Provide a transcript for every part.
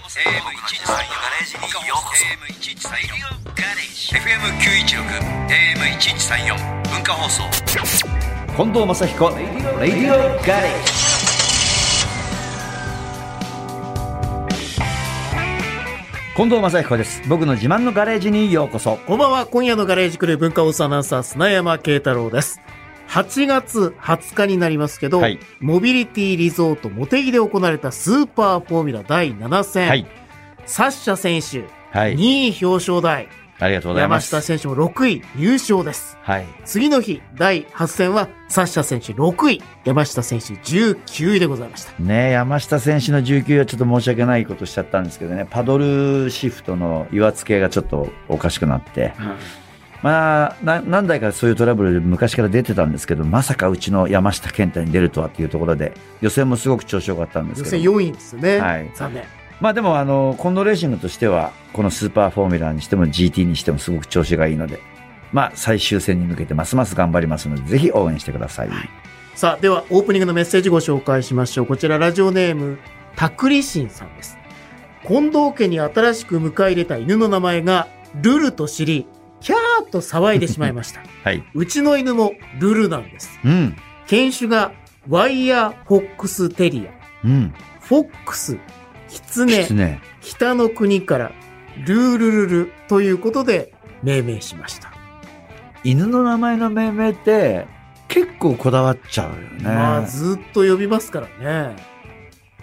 AM1134 ガレージにようこそ FM916 AM1134 文化放送近藤正彦レディオガレージ近藤正彦です僕の自慢のガレージにようこそこんばんは、今夜のガレージクルー文化放送アナウンサー、砂山慶太郎です。8月20日になりますけど、はいモビリティリゾート茂木で行われたスーパーフォーミュラ第7戦、はいサッシャ選手、はい2位表彰台、ありがとうございま山す下選手も6位優勝です。はい次の日、第8戦は、サッシャ選手6位、山下選手19位でございました。ねえ、山下選手の19はちょっと申し訳ないことしちゃったんですけどね、パドルシフトの岩付けがちょっとおかしくなって、まあな、何台かそういうトラブルで昔から出てたんですけど、まさかうちの山下健太に出るとはっていうところで、予選もすごく調子良かったんです予け選ど、 4位ですよね。はい残念。まあでもあの、コンドレーシングとしては、このスーパーフォーミュラーにしても GT にしてもすごく調子がいいので、まあ最終戦に向けてますます頑張りますので、ぜひ応援してください。さあ、ではオープニングのメッセージご紹介しましょう。こちらラジオネーム、たくりしんさんです。近藤家に新しく迎え入れた犬の名前が、ルルと知り、キャーと騒いでしまいました。はい。うちの犬もルルなんです。うん。犬種が、ワイヤーフォックステリア、うん。フォックス、キツきネつ、ね。北の国から、ルールルルということで命名しました。犬の名前の命名って結構こだわっちゃうよね。まあ、ずっと呼びますからね。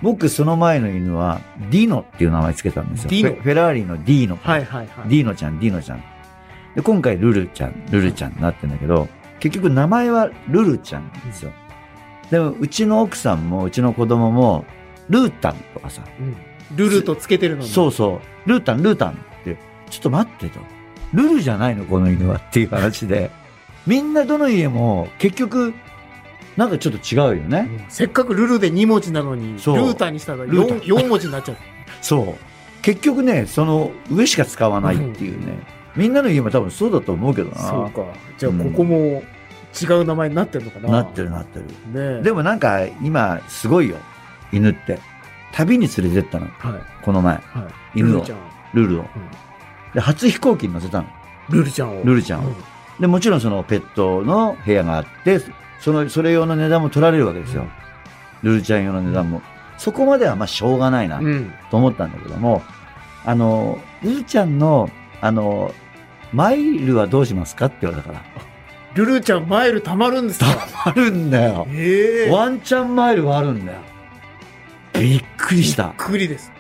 僕その前の犬はディーノっていう名前つけたんですよ。ディーノフェフェラーリのディーノ。はいはいはい。ディーノちゃん、ディーノちゃん。で、今回ルルちゃん、ルルちゃんになってんだけど、結局名前はルルちゃんなんですよ。でも、うちの奥さんも、うちの子供も、ルータンとかさ、うんルルとつけてるのに。そうそう、ルータン、ルータンって、ちょっと待ってと。ルルじゃないの、この犬はっていう話で。みんなどの家も、結局、なんかちょっと違うよね。せっかくルルで2文字なのに、ルそうータにしたらルータ 4, 四文字になっちゃう。そう。結局ね、その上しか使わないっていうね。みんなの家も多分 そうだと思うけどそうな。か。じゃあ、ここも違う名前になってるのかな。なってるなってる。ねえ。でもなんか今すごいよ。犬って。旅に連れてったの。はい。この前。はい。犬をルルちゃん。ルルを。で、初飛行機に乗せたの。ルルちゃんを。ルルちゃんをうで、もちろんそのペットの部屋があって、その、それ用の値段も取られるわけですよ。ルルちゃん用の値段も。そこまではまあしょうがないな。うん。と思ったんだけども、あの、ルルちゃんの、あの、マイルはどうしますかって言われたから。ルルちゃん、マイル溜まるんですかあるんだよ。ええびっワンチャンマイルはあるんだよ。びっくりした。くりです。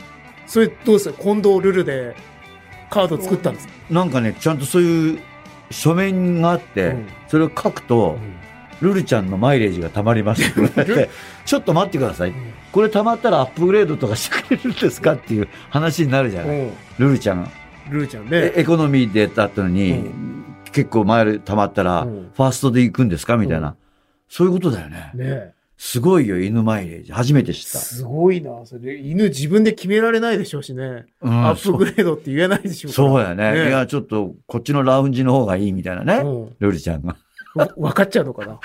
それ、どうですか近藤ルルでカード作ったんですかなんかね、ちゃんとそういう書面があって、うんそれを書くと、ルルちゃんのマイレージが溜まりますって言われて、ちょっと待ってください。これ溜まったらアップグレードとかしてくれるんですかっていう話になるじゃうない。ん。うんルルちゃん、ルルちゃんえね。エコノミーでだったのに、う結構マイル溜まったら、うんファーストで行くんですかみたいな、うんそういうことだよね。ねえ。すごいよ、犬マイレージ。初めて知った。すごいな。それ、犬自分で決められないでしょうしね。うんアップグレードって言えないでしょそうそううやねねえいや、ちょっと、こっちのラウンジの方がいいみたいなね。からうん。ルルちゃんが。 わ分かっちゃうのかな。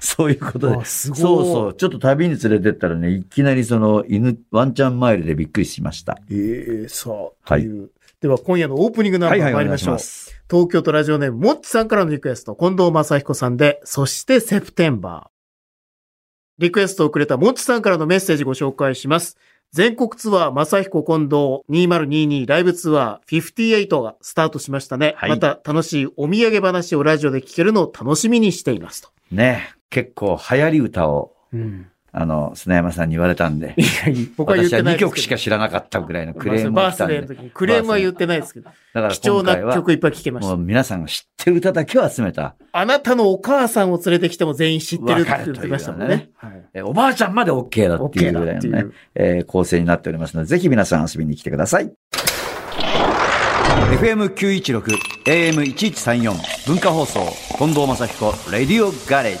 そういうことであ。すごい。そうそう。ちょっと旅に連れてったらね、いきなりその犬、ワンチャンマイルでびっくりしました。ええさあ、はいという。では、今夜のオープニングナンバー参りましょう。す。東京都ラジオネーム、もっちさんからのリクエスト、近藤正彦さんで、そしてセプテンバー。リクエストをくれたもっちさんからのメッセージご紹介します。全国ツアー、正彦近藤2022ライブツアー58がスタートしましたね。はいまた楽しいお土産話をラジオで聞けるのを楽しみにしていますと。ね結構流行り歌を、うん。あの、砂山さんに言われたんで。 僕は言っ私はてない2ですけど。曲しか知らなかったぐらいのクレームバがー来たんスデで。ーのだ時にクレームは言ってないですけど、から貴重今な回は曲、いっぱい聴けましもたう。皆さんが知ってる歌だけを集めた。あなたのお母さんを連れてきても全員知ってるってわか言るっとていうましたもんね。はい。えおばあちゃんまで OK だっていうぐらいの OK だねっていう、えー構成になっておりますので、ぜひ皆さん遊びに来てください。FM916、AM1134、文化放送、近藤正彦、レディオガレージ。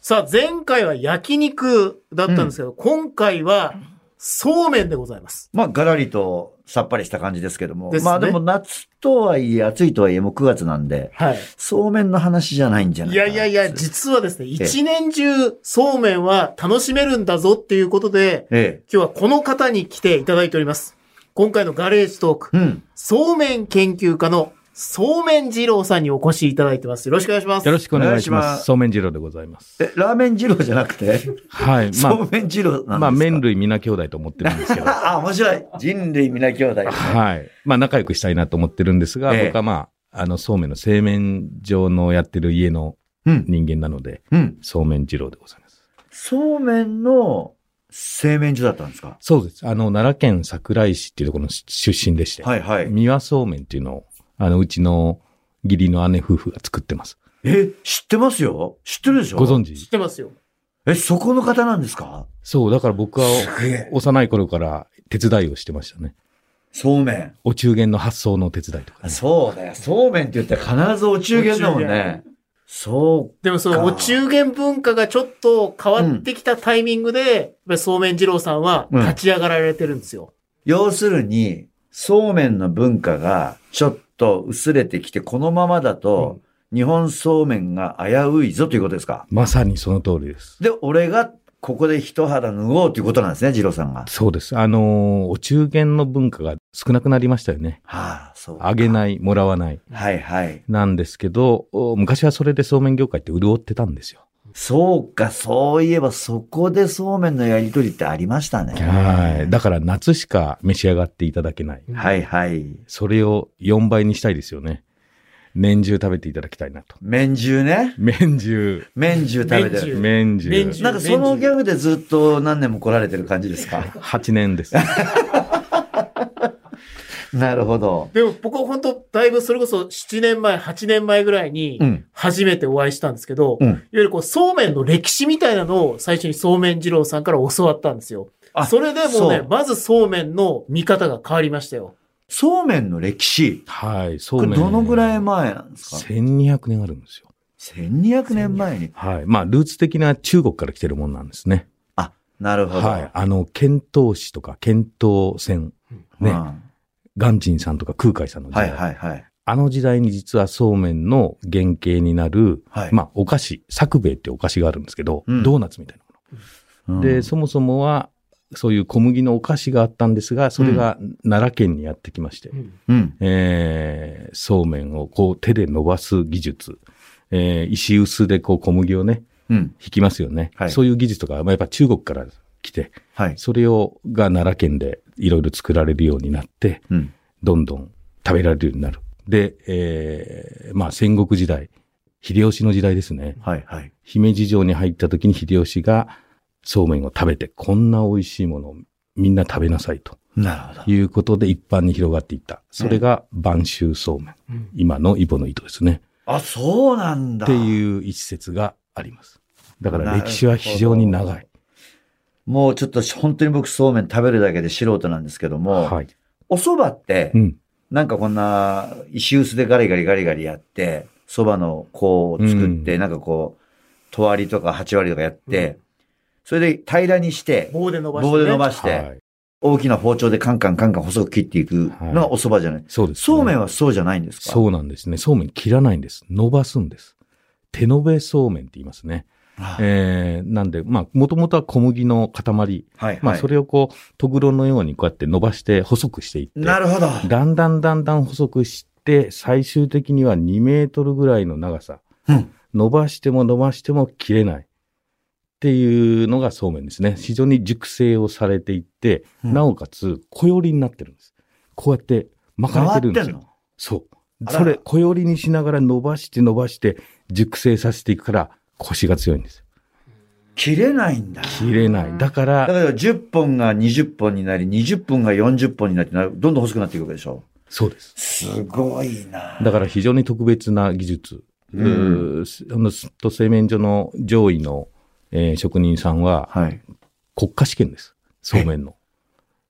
さあ、前回は焼肉だったんですけど、今回はそうめんでございます。まあ、がらりとさっぱりした感じですけども。ですねまあ、でも夏とはいえ、暑いとはいえ、もう9月なんで、はい。そうめんの話じゃないんじゃないいかやな。いやいや、え実はですね、一年中そうめんは楽しめるんだぞっていうことで、え。今日はこの方に来ていただいております。今回のガレージトーク、うん。そうめん研究家のそうめん二郎さんにお越しいただいてます。よろしくお願いします。よろしくお願いしお願いしまますす。そうめん二郎でございます。え、ラーメン二郎じゃなくて、はい。まそうめん二郎なんですかあ、まあ、麺。類皆兄弟と思ってる んですけど。あ、面白い。人類皆兄弟。はい。まあ、仲良くしたいなと思ってるんですが、ええ僕はまあ、あの、そうめんの製麺場のやってる家のうん。人間なので、うん。そうめん二郎でございます。そうめんの製麺所だったんですかそうです。あの、奈良県桜井市っていうところの出身でして、はいはい。三輪そうめんっていうのを、あの、うちの義理の姉夫婦が作ってます。え、知ってますよ知ってるでしょご存知っ知てますよ。え、そこの方なんですかそう、だから僕はすげえ。幼い頃から手伝いをしてましたね。そうめん。お中元の発送の手伝いとか、ね。そうだよ。そうめんって言ったら必ずお中元だもんね。そう。でもそのお中元文化がちょっと変わってきたタイミングで、やっぱりそうめん二郎さんはうん立ち上がられてるんですよ。要するに、そうめんの文化がちょっと薄れてきて、このままだと、日本そうめんが危ういぞということですかまさにその通りです。で、俺がここで一肌脱ごうということなんですね、二郎さんが。そうです。あのーお中元の文化が少なくなりましたよね。はあ、そうか。あげい。ない、もらわない。はいはい。なんですけど、お昔はそれでそうめん業界って潤ってたんですよ。そうか、そういえばそこでそうめんのやりとりってありましたね。はい。だから夏しか召し上がっていただけない。はいはい。それを4倍にしたいですよね。年中食べていただきたいなと。麺汁ね。麺中。麺汁食べてる。麺中。麺中なんかそのギャグでずっと何年も来られてる感じですか8年です。なるほど。でも僕は本当だいぶそれこそ7年前、8年前ぐらいにうん。初めてお会いしたんですけど、うんいわゆるこうそうめんの歴史みたいなのを最初にそうめん二郎さんから教わったんですよあ。それでもうそねうまずそうめんの見方が変わりましたよ。そうめんの歴史。はい。そこうれめん。どのぐらい前なんですか ?1200 年あるんですよ。 ?1200 年前に。はい。まあ、ルーツ的には中国から来てるもんなんですね。なるほど。はい。あの、遣唐使とか、遣唐船、うねん鑑真さんとか空海さんの時は代。いはいはい。あの時代に実はそうめんの原型になる、はい。まあ、お菓子、作兵衛ってお菓子があるんですけど、うんドーナツみたいなもうんの。で、そもそもは、そういう小麦のお菓子があったんですが、それが奈良県にやってきまして、うん。えーそうめんをこう手で伸ばす技術、えー石臼でこう小麦をね、うん。引きますよね。はいそういう技術とか、まあ、やっぱ中国から来て、はい。それを、が奈良県でいろいろ作られるようになって、うん。どんどん食べられるようになる。で、えーまあ戦国時代、秀吉の時代ですね。はいはい。姫路城に入った時に秀吉がそうめんを食べて、こんな美味しいものをみんな食べなさいとなるほど。いうことで一般に広がっていった。それが晩秋そうめん。今のイボの糸ですね。あ、そうなんだ。っていう一説があります。だから歴史は非常に長い。もうちょっと本当に僕そうめん食べるだけで素人なんですけども、はい。お蕎麦ってう、ん。なんかこんな石臼でガリガリガリガリやって、蕎麦のこう作って、なんかこう、とわりとか8割とかやって、うんそれで平らにして、棒で伸ばして、ね。棒で伸ばして、はい。大きな包丁でカンカンカンカン細く切っていくのがお蕎麦じゃない。そうですね、そうめんはそうじゃないんですかそうなんですね。そうめん切らないんです。伸ばすんです。手延べそうめんって言いますね。あえー、なんで、まあ、もともとは小麦の塊。はい、はい。まあ、それをこう、とぐろのようにこうやって伸ばして細くしていって。なるほど。だんだんだんだん細くして、最終的には2メートルぐらいの長さ。うん伸ばしても伸ばしても切れない。っていうのがそうめんですね。非常に熟成をされていって、うんなおかつ、小よりになってるんです。こうやって巻かれてるんで回っすてんよ。のそう。あらそれ、小よりにしながら伸ばして伸ばして、熟成させていくから、腰が強いんです。切れないんだ。切れない。だか、だからら10本が20本になり、20本が40本になってな、どんどん細くなっていくわけでしょそうです。すごいなだから非常に特別な技術。ううんーすあの、すと製麺所の上位の、えー職人さんははい。国家試験です。そうめんの。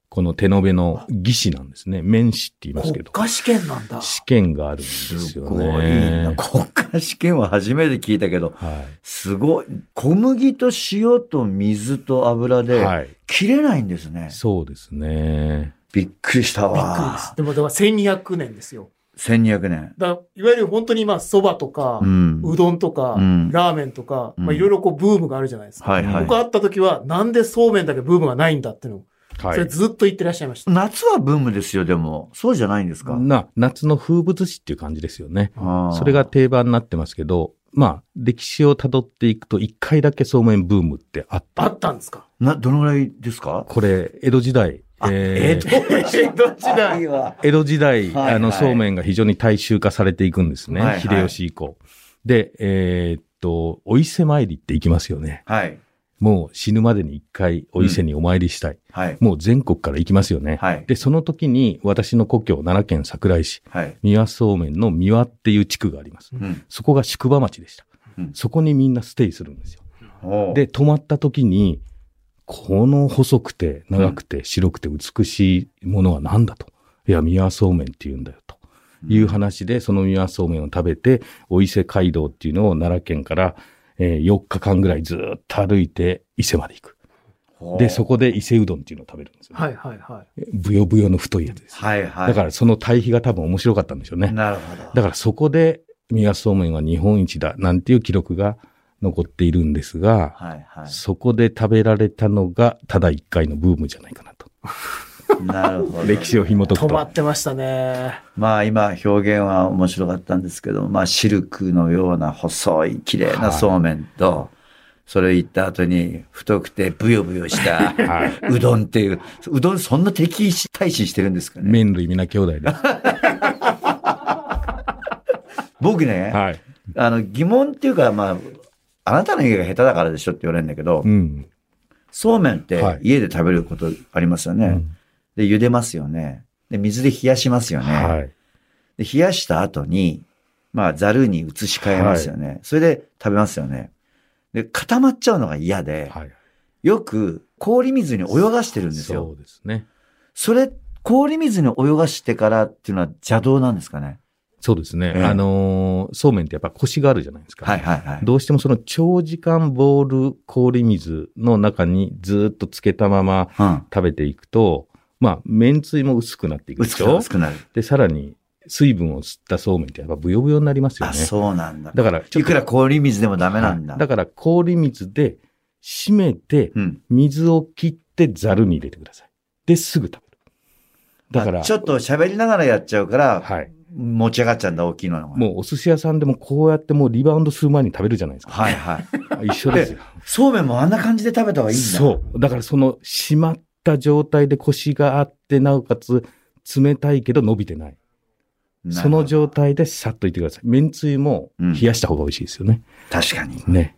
この手延べの技師なんですね。麺師って言いますけ国ど。家試験なんだ。試験があるんですすよごいな。ね。国家試験は初めて聞いたけど、はすごい。小麦と塩と水と油い。で、はい。切れないんですね。そうですね。びっくりしたびっくりですわ。。でも、だから1200年ですよ。 1200年。だからいわゆる本当にまあ、蕎麦とか、うん。うどんとか、うんラーメンとか、うんまあ、いろいろこうブームがあるじゃないですか。はいはい僕。会った時は、なんでそうめんだけブームがないんだっていうのをはそれい。ずっと言ってらっしゃいました。夏はブームですよ、でも。そうじゃないんですかな、夏の風物詩っていう感じですよね。あーそれが定番になってますけど、まあ、歴史を辿っていくと、一回だけそうめんブームってあった。あったんですかな、どのぐらいですかこれ、江戸時代。えー 江戸時代。は。江戸時代、はいあの、はいそうめんが非常に大衆化されていくんですね。はいはい秀吉以降。で、えーっと、お伊勢参りって行きますよね。はい。もう死ぬまでに一回お伊勢にお参りしたい。はい。もう全国から行きますよね。はい。で、その時に私の故郷、奈良県桜井市、はい。三輪そうめんの三輪っていう地区があります。うん。そこが宿場町でした。うんそこにみんなステイするんですよ。おうで、、泊まった時に、この細くて長くて白くて美しいものは何だと。いや、宮そうめんって言うんだよと。いう話で、その宮そうめんを食べて、お伊勢街道っていうのを奈良県から、え4日間ぐらいずーっと歩いて伊勢まで行く。おうで、そこで伊勢うどんっていうのを食べるんですよ。はいはいはぶよぶよの太いやつです。はいはい。だからその対比が多分面白かったんでしょうね。なるほど。だからそこで宮そうめんは日本一だなんていう記録が残っているんですが、はいはそこで食べられたのがただ一回のブームじゃないかなと。い。なるほど。歴史を紐い。解く止まとっ。てましたね。まあ今表現は面白かったんですけど、まあシルクのような細い綺麗なそうめんと、それを言った後に太くてブヨブヨ したはいうどんっていう、うどんそんな敵視対視してるんですかね。麺類皆兄弟 です。僕ね、はい。あの疑問っていうかまあ、あなたの家が下手だからでしょって言われるんだけどう、ん。そうめんってはい家で食べることありますよね。うんで、茹でますよね。で、水で冷やしますよね。はい。で、冷やした後に、まあ、ざるに移し替えますよね。それで食べますよね。で、固まっちゃうのが嫌で、はい。よく氷水に泳がしてるんですそよ。うですね。それ、氷水に泳がしてからっていうのは邪道なんですかね。そうですね。ええあのーそうめんってやっぱ腰があるじゃないですか。はいはいはい。どうしてもその長時間ボール氷水の中にずっとつけたままうん。食べていくと、まあ、麺つゆも薄くなっていくで薄しくなるょ薄くなる。で、さらに水分を吸ったそうめんってやっぱブヨブヨになりますよあ、ね。そうなんだ。だから、ちょっいとくら氷水でもダメなんだ。はいだから氷水で締めて、うん。水を切ってざるに入れてください。で、すぐ食べる。だから、あちょっと喋りながらやっちゃうから、はい。持ち上がっちゃうんだ、大きいのが。もうお寿司屋さんでもこうやってもうリバウンドする前に食べるじゃないですか。はいはい。一緒ですよ。そうめんもあんな感じで食べた方がいいんだ。そう。だからその締まった状態で腰があって、なおかつ冷たいけど伸びてない。なるそほどの状態でさっといってください。めんつゆもうん冷やした方が美味しいですよね。確かに。ね。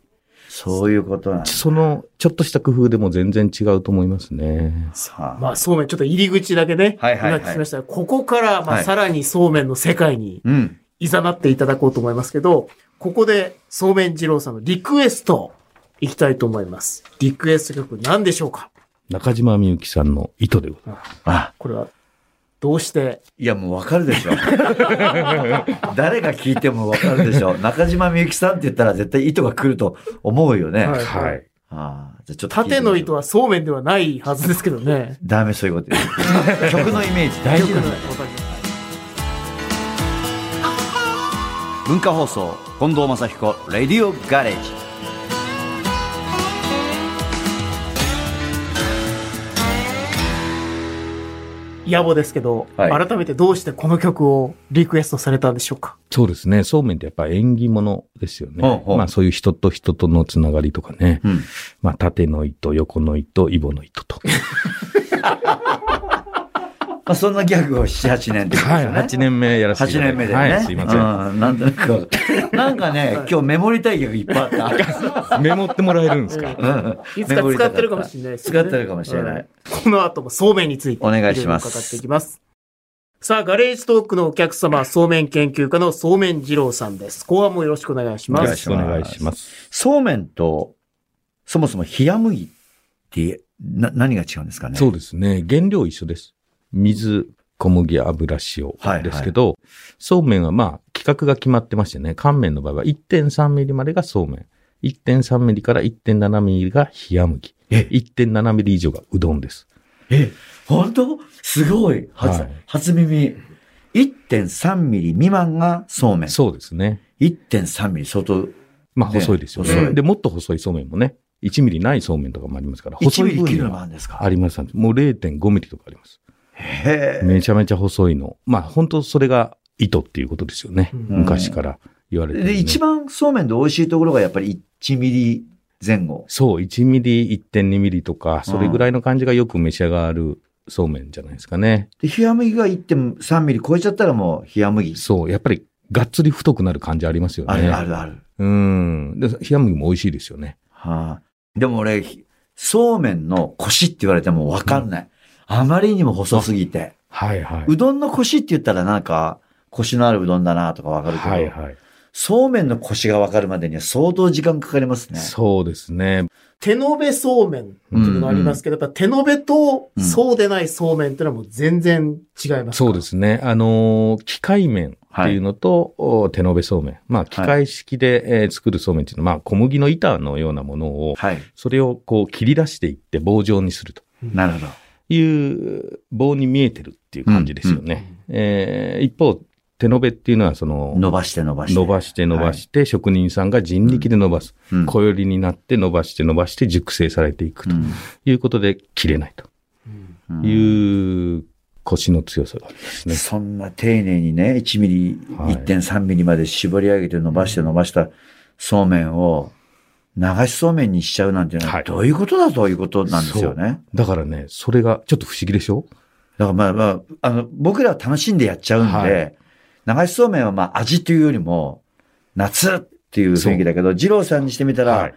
そういうことなんだ。その、ちょっとした工夫でも全然違うと思いますね。さあ、まあそうめん、ちょっと入り口だけね。はいはいはい今聞きましたがここから、まはあいさらにそうめんの世界にうん。いざなっていただこうと思いますけど、ここでそうめん二郎さんのリクエストいきたいと思います。リクエスト曲何でしょうか中島みゆきさんの糸でございまあ、これは、どうしていやもうわかるでしょ。 誰が聞いてもわかるでしょ。中島みゆきさんって言ったら絶対糸が来ると思うよね。はす。いはい。ああ、じゃあちょっと聞いて縦みましょうの糸はそうめんではないはずですけどね。ダメそういうこと 言う曲のイメージ大事なんだよ。わかりました文化放送、近藤正彦、レディオガレージ。野暮ですけど、はい改めてどうしてこの曲をリクエストされたんでしょうかそうですね。そうめんってやっぱ縁起物ですよね。ほうほうまあそういう人と人とのつながりとかね。うん。まあ縦の糸、横の糸、イボの糸 と。まあそんなギャグを7、8年ってことではすい。よね。 8年目やらせてい8ただい年て。目だよね。はい。すいません。うん、なんとなく。なんかね、今日メモりたい曲いっぱいあった。メモってもらえるんですかうんいつか使ってるかもしれないですよ使ね。ってるかもしれないうんこの後もそうめんについてお願いしますろろ伺っていきます。さあ、ガレージトークのお客様、そうめん研究家のそうめん二郎さんです。後半もよろしくお願いしよまろす。しくお願いします。そうめんと、そもそも冷麦って、な、何が違うんですかねそうですね。原料一緒です。水、小麦、油、はいは塩いですけど、そうめんはまあ、規格が決まってましてね、乾麺の場合は1.3ミリまでがそうめん。1.3ミリから1.7ミリが冷麦。え1.7ミリ以上がうどんです。え、本当すごい。初、はい初耳。1.3ミリ未満がそうめん。そうですね。 1.3ミリ相当。まあ、ね細いですよ細ね。いで、もっと細いそうめんもね、 1ミリないそうめんとかもありますから、 1細ミいリ切分るにのもあはるんですかあります。もう0.5ミリとかあります。へえ。めちゃめちゃ細いの。まあ本当それが糸っていうことですよね。うん昔から言われてるね、で、一番そうめんで美味しいところがやっぱり1ミリ前後。そう、1ミリ、1.2ミリとか、それぐらいの感じがよく召し上がるそうめんじゃないですかね。で、冷麦が1.3ミリ超えちゃったらもう冷麦。そう、やっぱりがっつり太くなる感じありますよね。あるあるある。うん。で、冷麦も美味しいですよね。はあ、でも俺、ひそうめんの腰って言われてもわかんない。あまりにも細すぎて。はいはうどんの腰って言ったらなんか、腰のあるうどんだなとかわかるけど、はいはい。そうめんの腰がわかるまでには相当時間かかりますね。そうですね。手延べそうめんっていうのがありますけど、やっぱ手延べとうんそうでないそうめんっていうのはもう全然違いますかそうですね。あのー機械麺っていうのと、お手延べそうめん。まあ、機械式で、えー作るそうめんっていうのは、まあ、小麦の板のようなものを、はい。それをこう切り出していって棒状にするとなるほど。いう棒に見えてるっていう感じですよね。えー一方、手延べっていうのはその、伸ばして伸ばして。伸ばして伸ばして、職人さんが人力で伸ばす。うん小よりになって伸ばして伸ばして熟成されていくとうんいうことで、切れないとうんうんいう腰の強さがありますね。そんな丁寧にね、1ミリ、はい1.3ミリまで絞り上げて伸ばして伸ばしたそうめんを流しそうめんにしちゃうなんていうのははいどういうことだということなんですよね。だからね、それがちょっと不思議でしょだからまあまあ、あの、僕らは楽しんでやっちゃうんで、はい流しそうめんはまあ味というよりも、夏っていう雰囲気だけど、二郎さんにしてみたら、はい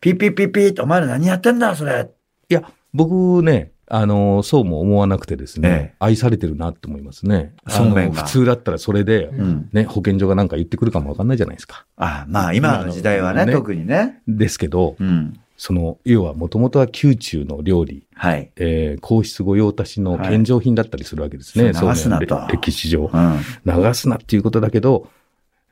ピッピッピッピッとお前ら何やってんだそれ。いや、僕ね、あの、そうも思わなくてですえねえ、愛されてるなって思いますね。そうめんがあの普通だったらそれで、うん。ね、保健所がなんか言ってくるかもわかんないじゃないですか。ああまあ今の時代はね、今のね特にね。ですけど、うん。その、要はもともとは宮中の料理、はい。えー皇室御用達の献上品だったりするわけですね。はいそう流すなとそうめんれ歴史上う。ん。あ流すなっていうことだけど、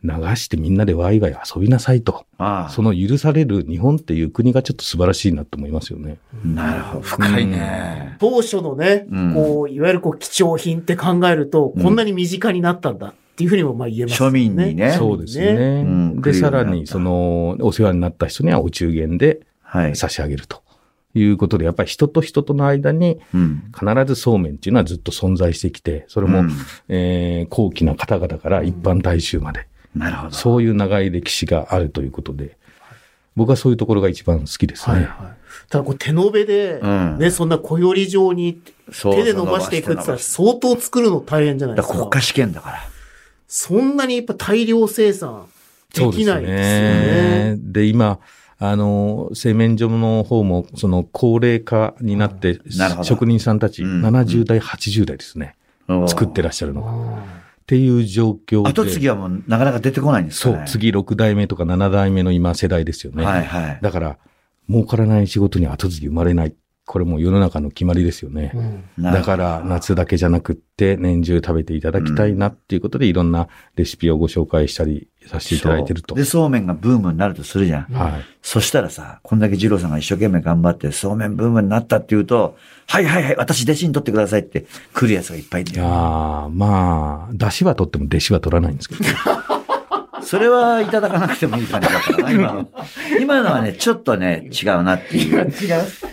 流してみんなでワイワイ遊びなさいと。あ。その許される日本っていう国がちょっと素晴らしいなと思いますよね。なるほど。深いね。当初のね、うんこう、いわゆるこう、貴重品って考えると、うんこんなに身近になったんだっていうふうにもまあ言えますよ庶民に。ね。そうですね。うんで、来るようにさなったらに、その、お世話になった人にはお中元ではい。差し上げるということで、やっぱり人と人との間にうん。必ずそうめんっていうのはずっと存在してきて、それも、うんえー高貴な方々から一般大衆まで、なるほど。そういう長い歴史があるということで、僕はそういうところが一番好きですね。はいはい。ただ、こう、手延べで、うんね、そんな小より状にそう手で伸ばしていくって言ったら相当作るの大変じゃないだでかすら国か。家試験だから。そんなにやっぱ大量生産できないですよね。で、今、あの、製麺所の方も、その、高齢化になってなるほど、職人さんたち、うん70代、80代ですね、作ってらっしゃるのが。っていう状況で。後継ぎはもうなかなか出てこないんですそかう、ね。次6代目とか7代目の今世代ですよね。はいはい。だから、儲からない仕事に後継ぎ生まれない。これもう世の中の決まりですよね。うんなるだほどから、夏だけじゃなくって、年中食べていただきたいなっていうことで、いろんなレシピをご紹介したりさせていただいてるとそう。で、そうめんがブームになるとするじゃん。はい。そしたらさ、こんだけ二郎さんが一生懸命頑張って、そうめんブームになったっていうと、はいはいはい、私弟子に取ってくださいって来るやつがいっぱいいるんいだやよーまあ、出汁は取っても弟子は取らないんですけど。それはいただかなくてもいい感じだったかな、今の。今のはね、ちょっとね、違うなっていう。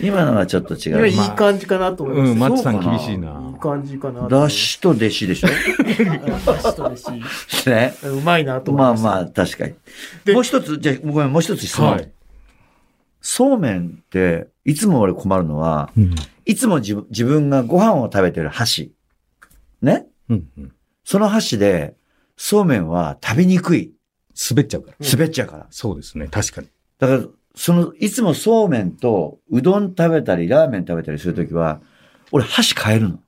今のはちょっと今違。いうい感じかなと思います。うん、マッチさんそうかな厳しいいいな。感じかなと思います。だしと弟子で しょだしとですし。ね。うまいなと思いまあます。まあ、確かに。でもう一つ、じゃあごめん、もう一つ質問。はい。そうめんって、いつも俺困るのは、うん。いつも自分自分がご飯を食べてる箸。ねうんうん。その箸で、そうめんは食べにくい。滑っちゃうから。うん滑っちゃうから。そうですね、確かに。だから、その、いつもそうめんと、うどん食べたり、ラーメン食べたりするときは、俺箸変えるの。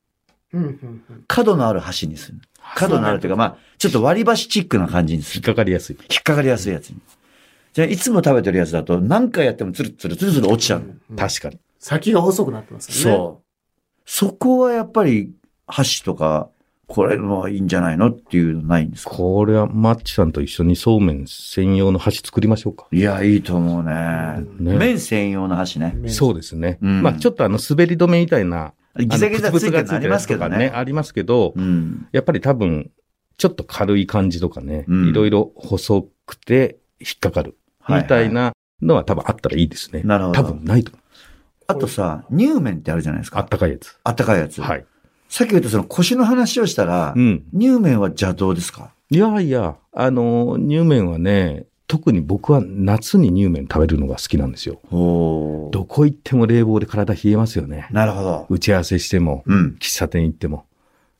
うんうんうん角のある箸にするの。角のあるというか、まあ、ちょっと割り箸チックな感じにす引っる。かかりやすい。引っかかりやすいやつに。じゃあ、いつも食べてるやつだと、何回やってもツルツルツルツル落ちちゃうの。うん確かに。先が細くなってますよね。そう。そこはやっぱり、箸とか、これもいいんじゃないのっていうのないんですかこれはマッチさんと一緒にそうめん専用の箸作りましょうか。いや、いいと思うね。ね麺専用の箸ね。麺そうですね。うんまあちょっとあの滑り止めみたいな、ギザギザあのついてるのありますけどブツブツがついてるやつとかねね。ありますけど、うん。やっぱり多分、ちょっと軽い感じとかね、うんいろいろ細くて引っかかる。みたいなのは多分あったらいいですね。なるほど多分ないと思う。あとさ、乳麺ってあるじゃないですあかっ。たかいやつ。あったかいやつ。はい。さっき言ったその腰の話をしたら、うん。乳麺は邪道ですかいやいや、あの、乳麺はね、特に僕は夏に乳麺食べるのが好きなんですよ。おどこ行っても冷房で体冷えますよね。なるほど。打ち合わせしても、うん。喫茶店行っても、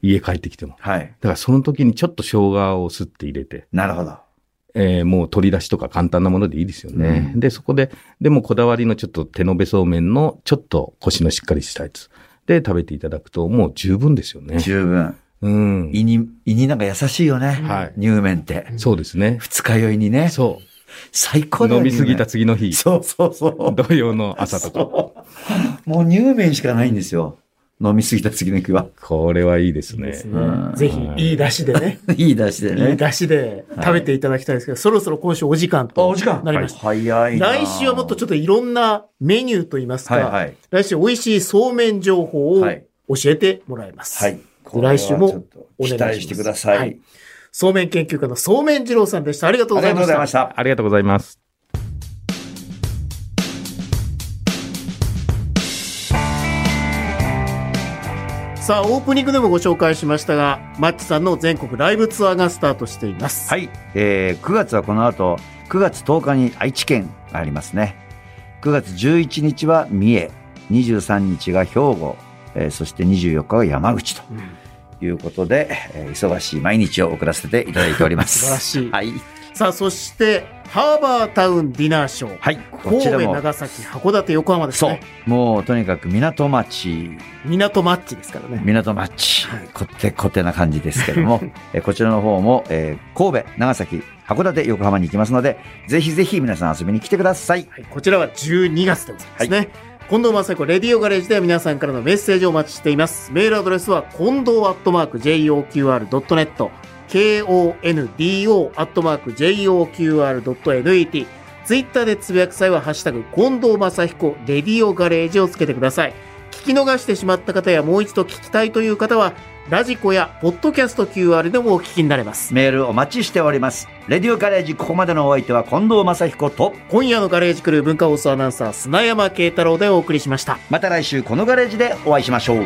家帰ってきても。はい。だからその時にちょっと生姜をすって入れて、なるほど。えーもう取り出しとか簡単なものでいいですよね。うんで、そこで、でもこだわりのちょっと手延べそうめんのちょっと腰のしっかりしたやつで食べていただくともう十分ですよね。十分。うん。胃に、胃になんか優しいよね。はい乳麺って。そうですね。二日酔いにね。そ最高う。だよ飲みすぎた乳次の日麺。そうそうそう。土曜の朝とか。そうもう乳麺しかないんですよ。飲みすぎた次の日は。 これはいいですね。ですうねん。ぜひ、いい出汁でね。いい出しでいい ね。出汁で食べていただきたいですけど、そろそろ今週お時間となりました。早いな。来週はもっとちょっといろんなメニューといいますか、はいはい。来週美味しいそうめん情報をはい教えてもらいます。はい。で来週もこれはちょっと期待してください。お願いしそうめん研究家のそうめん二郎さんでした。ありがとうあごりざがいとうまごしざいま。たした。ありがとうございます。さあ、オープニングでもご紹介しましたが、マッチさんの全国ライブツアーがスタートしています。はい、えー、9月はこの後9月10日に愛知県がありますね9月11日は三重23日が兵庫、えーそして24日が山口とうんいうことで、えー忙しい毎日を送らせていただいております 素晴らしいはい、さあ、そして、ハーバータウンディナーショー。はい、こ神ちら戸、も長崎、函館、横浜ですそうね。もうとにかく港町港マッチですからね。港町こってこてな感じですけど もえーこちらの方も、えー神戸長崎函館横浜に行きますのでぜひぜひ皆さん遊びに来てくださいはい、こちらは12月でございますね。近藤正彦レディオガレージでは皆さんからのメッセージをお待ちしています。メールアドレスは、近藤アットマーク JOQR.net、KONDO アットマーク JOQR.net、ツイッターでつぶやく際は、ハッシュタグ、近藤正彦レディオガレージをつけてください。聞き逃してしまった方やもう一度聞きたいという方は、ラジコやポッドキャスト QR でもお聞きになれます。メールお待ちしております。レディオガレージ、ここまでのお相手は近藤正彦と、今夜のガレージクルー文化放送アナウンサー砂山慶太郎でお送りしました。また来週このガレージでお会いしましょう。